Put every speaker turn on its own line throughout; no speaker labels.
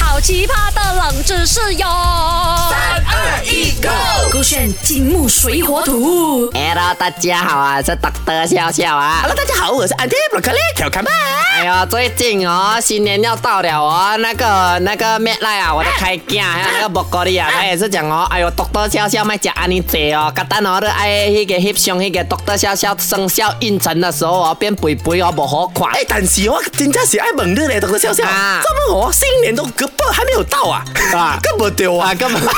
好奇葩的冷知识哟！三
二一，Go！
勾选金木水火土。
Hello，大家好啊，是 Dr. 笑笑啊。
Hello，大家好，我是 Andy Broccoli 调侃吧。
哎呦，最近哦，新年要到了哦，那个那个 m a t 啊， 我的开镜，还有那个 b r o c o l i 啊，他也是讲哦，哎呦，Dr. 笑笑卖食安尼济哦，简单哦，你爱迄个翕相，迄个 Dr. 笑笑生肖运程的时候哦，变肥肥哦，不好看。
哎，但是我真正是爱问你嘞，Dr. 笑笑，
啊
怎么我哦新年都个半还没有到啊？
啊
更不丢啊
啊，！根本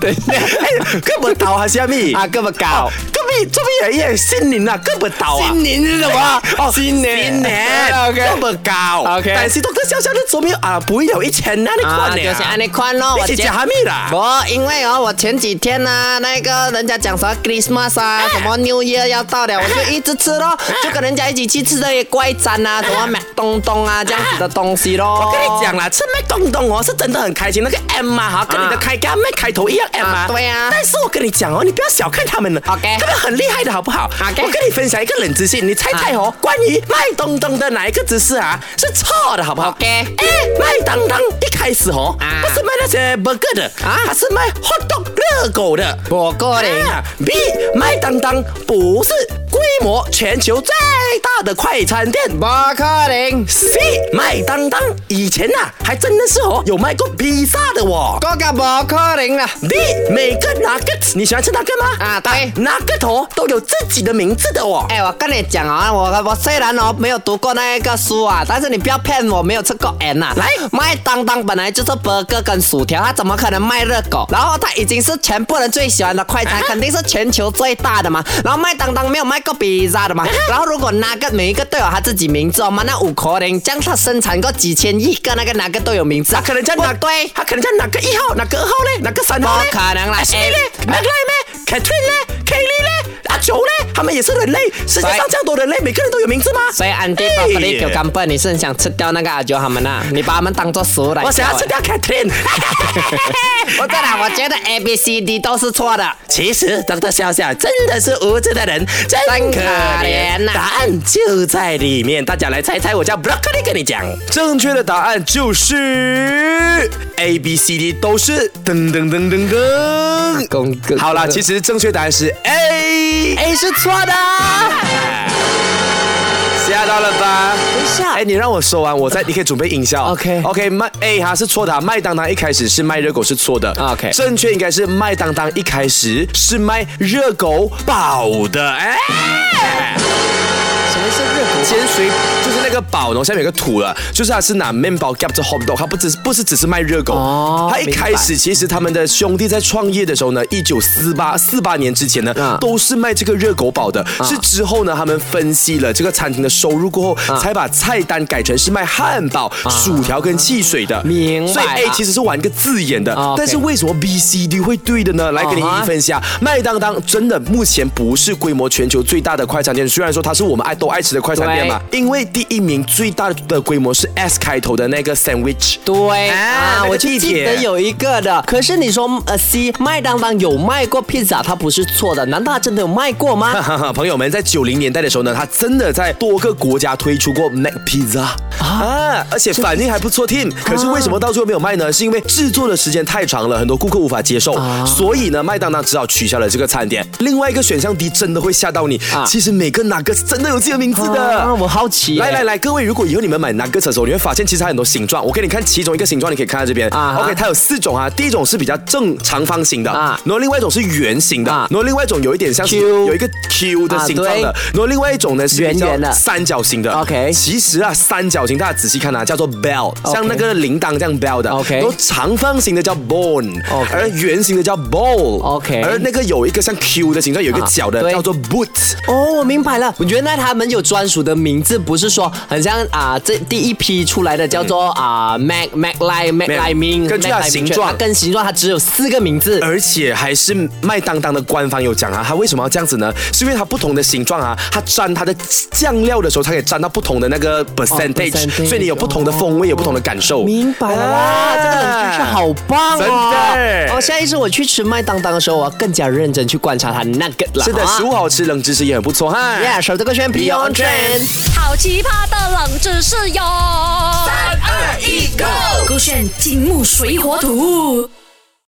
对，哎，更不到啊，虾米？
啊，根本 搞。
隔壁做咩嘢？新年啊，更不到啊！
新年是什么？
哦，
新年啊
新年
OK 啊
更不高。
OK
但是 Dr. 笑笑你做咩啊？不会有一千啊？你
啊，
看
就
你
是安尼款咯，
你
我
是吃
前
虾米啦？
我因为哦，我前几天呢、那个人家讲什么 Christmas 啊，什么 New Year 要到了，我就一直吃
啊
咯，就跟人家一起去吃这些怪餐啊，什么麦东东啊这样子的东西咯。
我跟你讲啦，吃麦当当哦是真的很开心，那个 M 嘛哈，跟你的开干麦开头一样 M 啊
啊。对啊
但是我跟你讲哦，你不要小看他们了
OK
他们很厉害的好不好
OK 啊
我跟你分享一个冷知识，你猜猜哦，关于麦当当的哪一个知识啊是错的好不好
OK
哎，麦当当一开始哦，
啊
不是卖那些 burger 的
啊
它是卖 hot dog 热狗的。
火锅嘞，
啊 B 麦当当不是规模全球最大的快餐店。
不可能，
C 麦当当以前呐、还真的是哦，有卖过披萨的哦。
这个不可能啦。
D 每个 nugget 你喜欢吃 nugget 吗？
啊对
nugget 哦都有自己的名字的哦。
哎、我跟你讲啊、哦，我我虽然哦没有读过那个书啊，但是你不要骗我，没有吃过 N 啊。
来
麦当当本来就是 burger 跟薯条，它怎么可能卖热狗？然后它已经是全部人最喜欢的快
啊
餐，肯定是全球最大的嘛。然后麦当当没有卖过披萨
啊
的嘛。然后如果那个每一个都有他自己名字哦嘛，那五可能这样它生产过几千亿个那个哪个都有名字
他
啊？
可能叫
不
哪
对，
他可能叫哪个一号、哪个二号嘞、哪个三号嘞？
不可能啦
Ashley 嘞、
哎
Mac 嘞、Catherine 嘞、Kelly 嘞、阿九嘞，他们也是人类，世界上这样多人类，每个人都有名字吗？
所以 Andy
哎
Broccoli 有根本，你是很想吃掉那个阿九他们啊？你把他们当做食物来
我想要
哎
吃掉 Catherine。
不对啦，我觉得 A B C D 都是错的。
其实 Dr. 笑笑真的是无知的人，真可
真可
怜
怜
呐、
呐
答案就在里面，大家来猜猜，我叫 Broccoli 跟你讲，
正确的答案就是 A B C D 都是噔噔噔噔噔。
公哥
好啦，其实正确答案是 A，
哎
A 哎是错的。啊
吓到了吧？
等一下
哎，你让我说完，我再你可以准备音效。
OK
OK，麦 A 哈是错的啊，麦当当一开始是卖热狗是错的。
OK
正确应该是麦当当一开始是卖热狗堡的。哎，
什么是热狗？
尖随就是那个堡，然后下面有个土了，就是它是拿面包夹着 hot dog，它不只不是只是卖热狗。
哦
它一开始其实他们的兄弟在创业的时候呢，一九四八四八年之前呢，
嗯
都是卖这个热狗堡的。是之后呢，他们分析了这个餐厅的收入过后，
嗯
才把菜单改成是卖汉堡、薯条跟汽水的。
啊明白
所以 A
了
其实是玩一个字眼的，
哦，OK
但是为什么 B、C、D 会对的呢？来给你
啊
一
哈
一分析啊。麦当当真的目前不是规模全球最大的快餐店，虽然说它是我们爱都爱吃的快餐店嘛，因为第一名最大的规模是 S 开头的那个 sandwich。
对
啊那
啊，
个
我就
地
记
铁
得有一个的。可是你说呃 C 麦当当有卖过披萨，它不是错的，难道它真的有卖过吗？
哈哈， 朋友们，在九零年代的时候呢，它真的在多个国家推出过 Mac Pizza 啊，而且反应还不错，Team。可
啊
是为什么到最后没有卖呢？是因为制作的时间太长了，很多顾客无法接受，
啊
所以呢，麦当当只好取消了这个餐点。另外一个选项 D 真的会吓到你，
啊
其实每个哪 个是真的有自己的名字的
啊，。我好奇耶。
来来来，各位，如果以后你们买 nuggets 的时候，你会发现其实它很多形状。我给你看其中一个形状，你可以看到这边。
啊哈
OK，它有四种啊。第一种是比较正长方形的，
啊
然后另外一种是圆形的，
啊
然后另外一种有一点像是
Q
有一个 Q 的
啊
形状的，
对
然后另外一种呢是比较
圆圆的
三角形的。
OK
其实啊，三角形大家仔细看啊，叫做 bell，像那个铃铛这样 bell 的。
OK
然后长方形的叫 bone，
OK
而圆形的叫 bowl。
OK
而那个有一个像 Q 的形状，有一个
啊
角的
对
叫做 boot。
哦，我明白了，原来他们有专属的名字，不是说很像啊、这第一批出来的叫做啊、Mac Mac Line Mac Line Min，
根据它的
Mac Line Min
形状
它跟形状它只有四个名字。
而且还是麦当当的官方有讲啊，它为什么要这样子呢？是因为它不同的形状啊，它沾它的酱料的时候，它可以沾到不同的那个 percentage，、
哦 percentage，哦
所以你有不同的风味，有不同的感受。
明白了啦，这个冷知识好棒
哦哎真
哦！
的
哦，下一次我去吃麦当当的时候，我要更加认真去观察它那个了。
是的，食物好吃，冷知识也很不错哈。
Yeah，手这个圈 Beyond Trend。
好奇葩的冷知识哟！三
二一，Go！
勾选金木水火土。